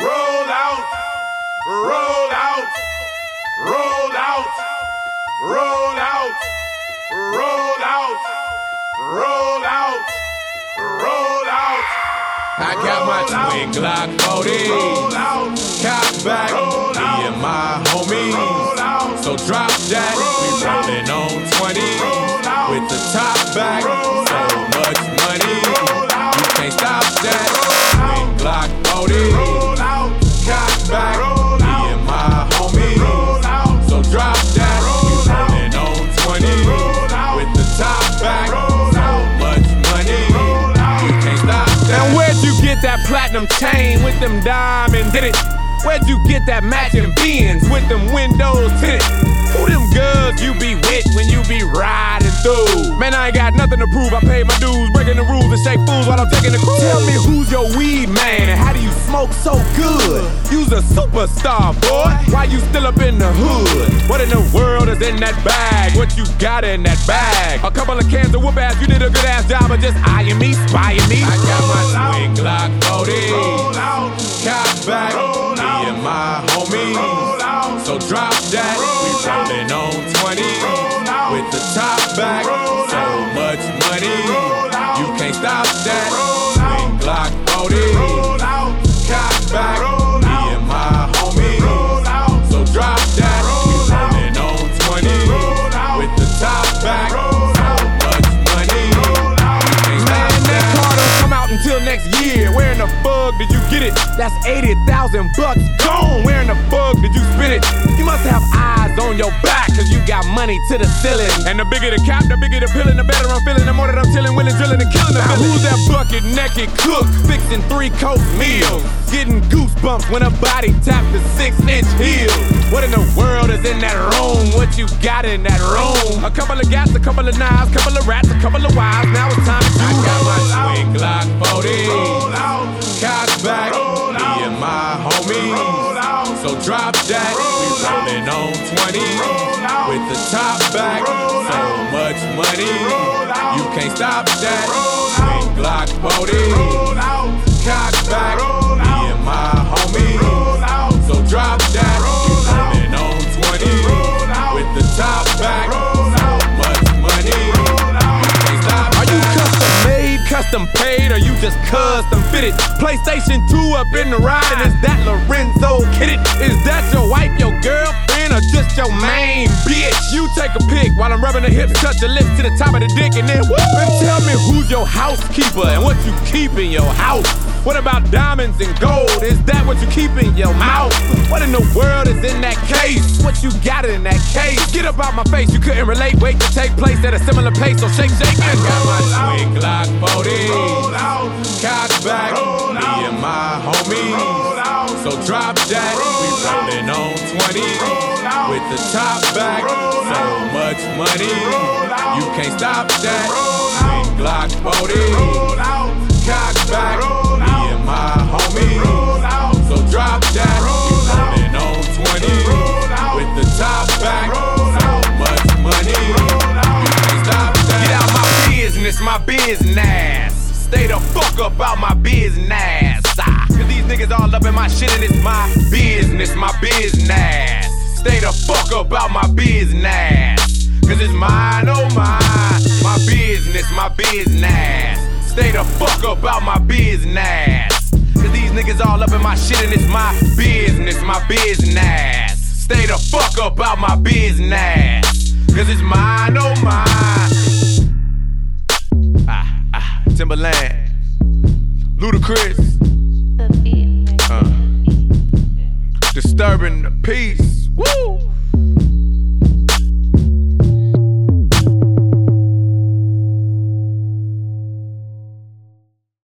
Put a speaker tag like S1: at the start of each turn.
S1: Roll out, roll out, roll out, roll out, roll out, roll out, roll out. I got my twin Glock 40. Roll out, cop back, roll out, me and my homies. Roll out, so drop that, we rollin' on 20 with the top back. So much money, you can't stop that. Twin Glock 40. Roll out, cop back, me and my homies. Roll out, so drop that, we rollin' on 20 with the top back. So much money, you can't stop that.
S2: Now where'd you get that platinum chain with them diamonds in it? Where'd you get that matching beans with them windows tinted? Who them girls you be with when you be riding through? Man, I ain't got nothing to prove. I paid my dues, breaking the rules and shake fools while I'm taking the cruise. Tell me who's your weed man and how do you smoke so good? You's a superstar, boy. Why you still up in the hood? What in the world is in that bag? What you got in that bag? A couple of cans of whoop ass. You did a good ass job of just eyeing me, spying me. I got my swing Glock 40.
S1: Roll out,
S2: Cop back,
S1: Roll out.
S2: me and my homies.
S1: roll out.
S2: So drop that, we
S1: Roll out.
S2: rollin' on 20
S1: Roll out.
S2: with the top back.
S1: Roll
S2: So
S1: out.
S2: much money,
S1: Roll out.
S2: you can't stop that.
S1: Roll out.
S2: Swing Glock 40,
S1: Roll out,
S2: cop back,
S1: Roll
S2: me
S1: out.
S2: and my homies.
S1: roll out,
S2: So drop that, we
S1: Roll out.
S2: rollin' on 20
S1: Roll out.
S2: with the top back.
S1: Roll
S2: So
S1: out.
S2: much money,
S1: roll out.
S2: can't
S1: Man,
S2: stop
S1: that
S2: that.
S1: car
S2: car don't come out until next year. Where in the fuck did you get it? That's 80,000 bucks gone. Where in the fuck did you spend it? You must have eyes on your back, cause you got money to the ceiling. And the bigger the cap, the bigger the pill, and the better I'm feeling. The more that I'm chilling, willing, drilling, and killing the now, Who's that bucket naked cook? Fixing three coat meals. Getting goosebumps when a body tapped the six inch heel. What in the world is in that room? What you got in that room? A couple of gas, a couple of knives, couple of rats, a couple of wives. Now it's time to do got my swing Glock 40.
S1: roll out,
S2: Cock back,
S1: Roll out.
S2: me and my homies.
S1: roll out.
S2: So drop that, we
S1: Roll out.
S2: rollin' on 20
S1: Roll out.
S2: with the top back.
S1: Roll
S2: So
S1: out.
S2: much money,
S1: Roll out.
S2: you can't stop that.
S1: Roll
S2: Swing
S1: out.
S2: Glock 40,
S1: Roll out,
S2: cock back,
S1: Roll
S2: me
S1: out.
S2: and my homies.
S1: roll out,
S2: So drop that, we
S1: Roll out.
S2: rollin' on 20
S1: Roll out.
S2: with the top back.
S1: Roll
S2: So
S1: out.
S2: much money,
S1: roll out.
S2: you can't stop
S3: Are you
S2: that.
S3: custom made, custom paid, or you just custom fitted? PlayStation 2 up in the ride, and is that Lorenzo Kidded? Is that your wife, your girlfriend, or just your main bitch? You take a pic while I'm rubbing the hips, touch the lips to the top of the dick, and then woo! And tell me who's your housekeeper and what you keep in your house. What about diamonds and gold? Is that what you keep in your mouth? What in the world is in that case? What you got in that case? Get up out my face, you couldn't relate. Wait to take place at a similar pace, so shake, shake, and
S2: Got my swing Glock 40,
S1: Roll out,
S2: cock back,
S1: Roll out.
S2: me and my homies.
S1: roll out,
S2: So drop that, we rollin' on 20
S1: roll out.
S2: with the top back. So much money, you can't stop that. Swing Glock 40,
S1: Roll out,
S2: cock back, me and my homies.
S1: roll out,
S2: So drop that, we rollin' on 20 with the top back. So much money, you can't stop that.
S3: Get out my business, my business. Stay the fuck up out my business. Ah, Cause these niggas all up in my shit and it's my business, my business. Stay the fuck up out my business. Cause it's mine, oh mine. My business, my business. Stay the fuck up out my business. Cause these niggas all up in my shit and it's my business, my business. Stay the fuck up out my business. Cause it's mine, oh mine. Ah, ah, Timberland, Ludacris,
S4: The beat
S3: disturbing the peace. Woo!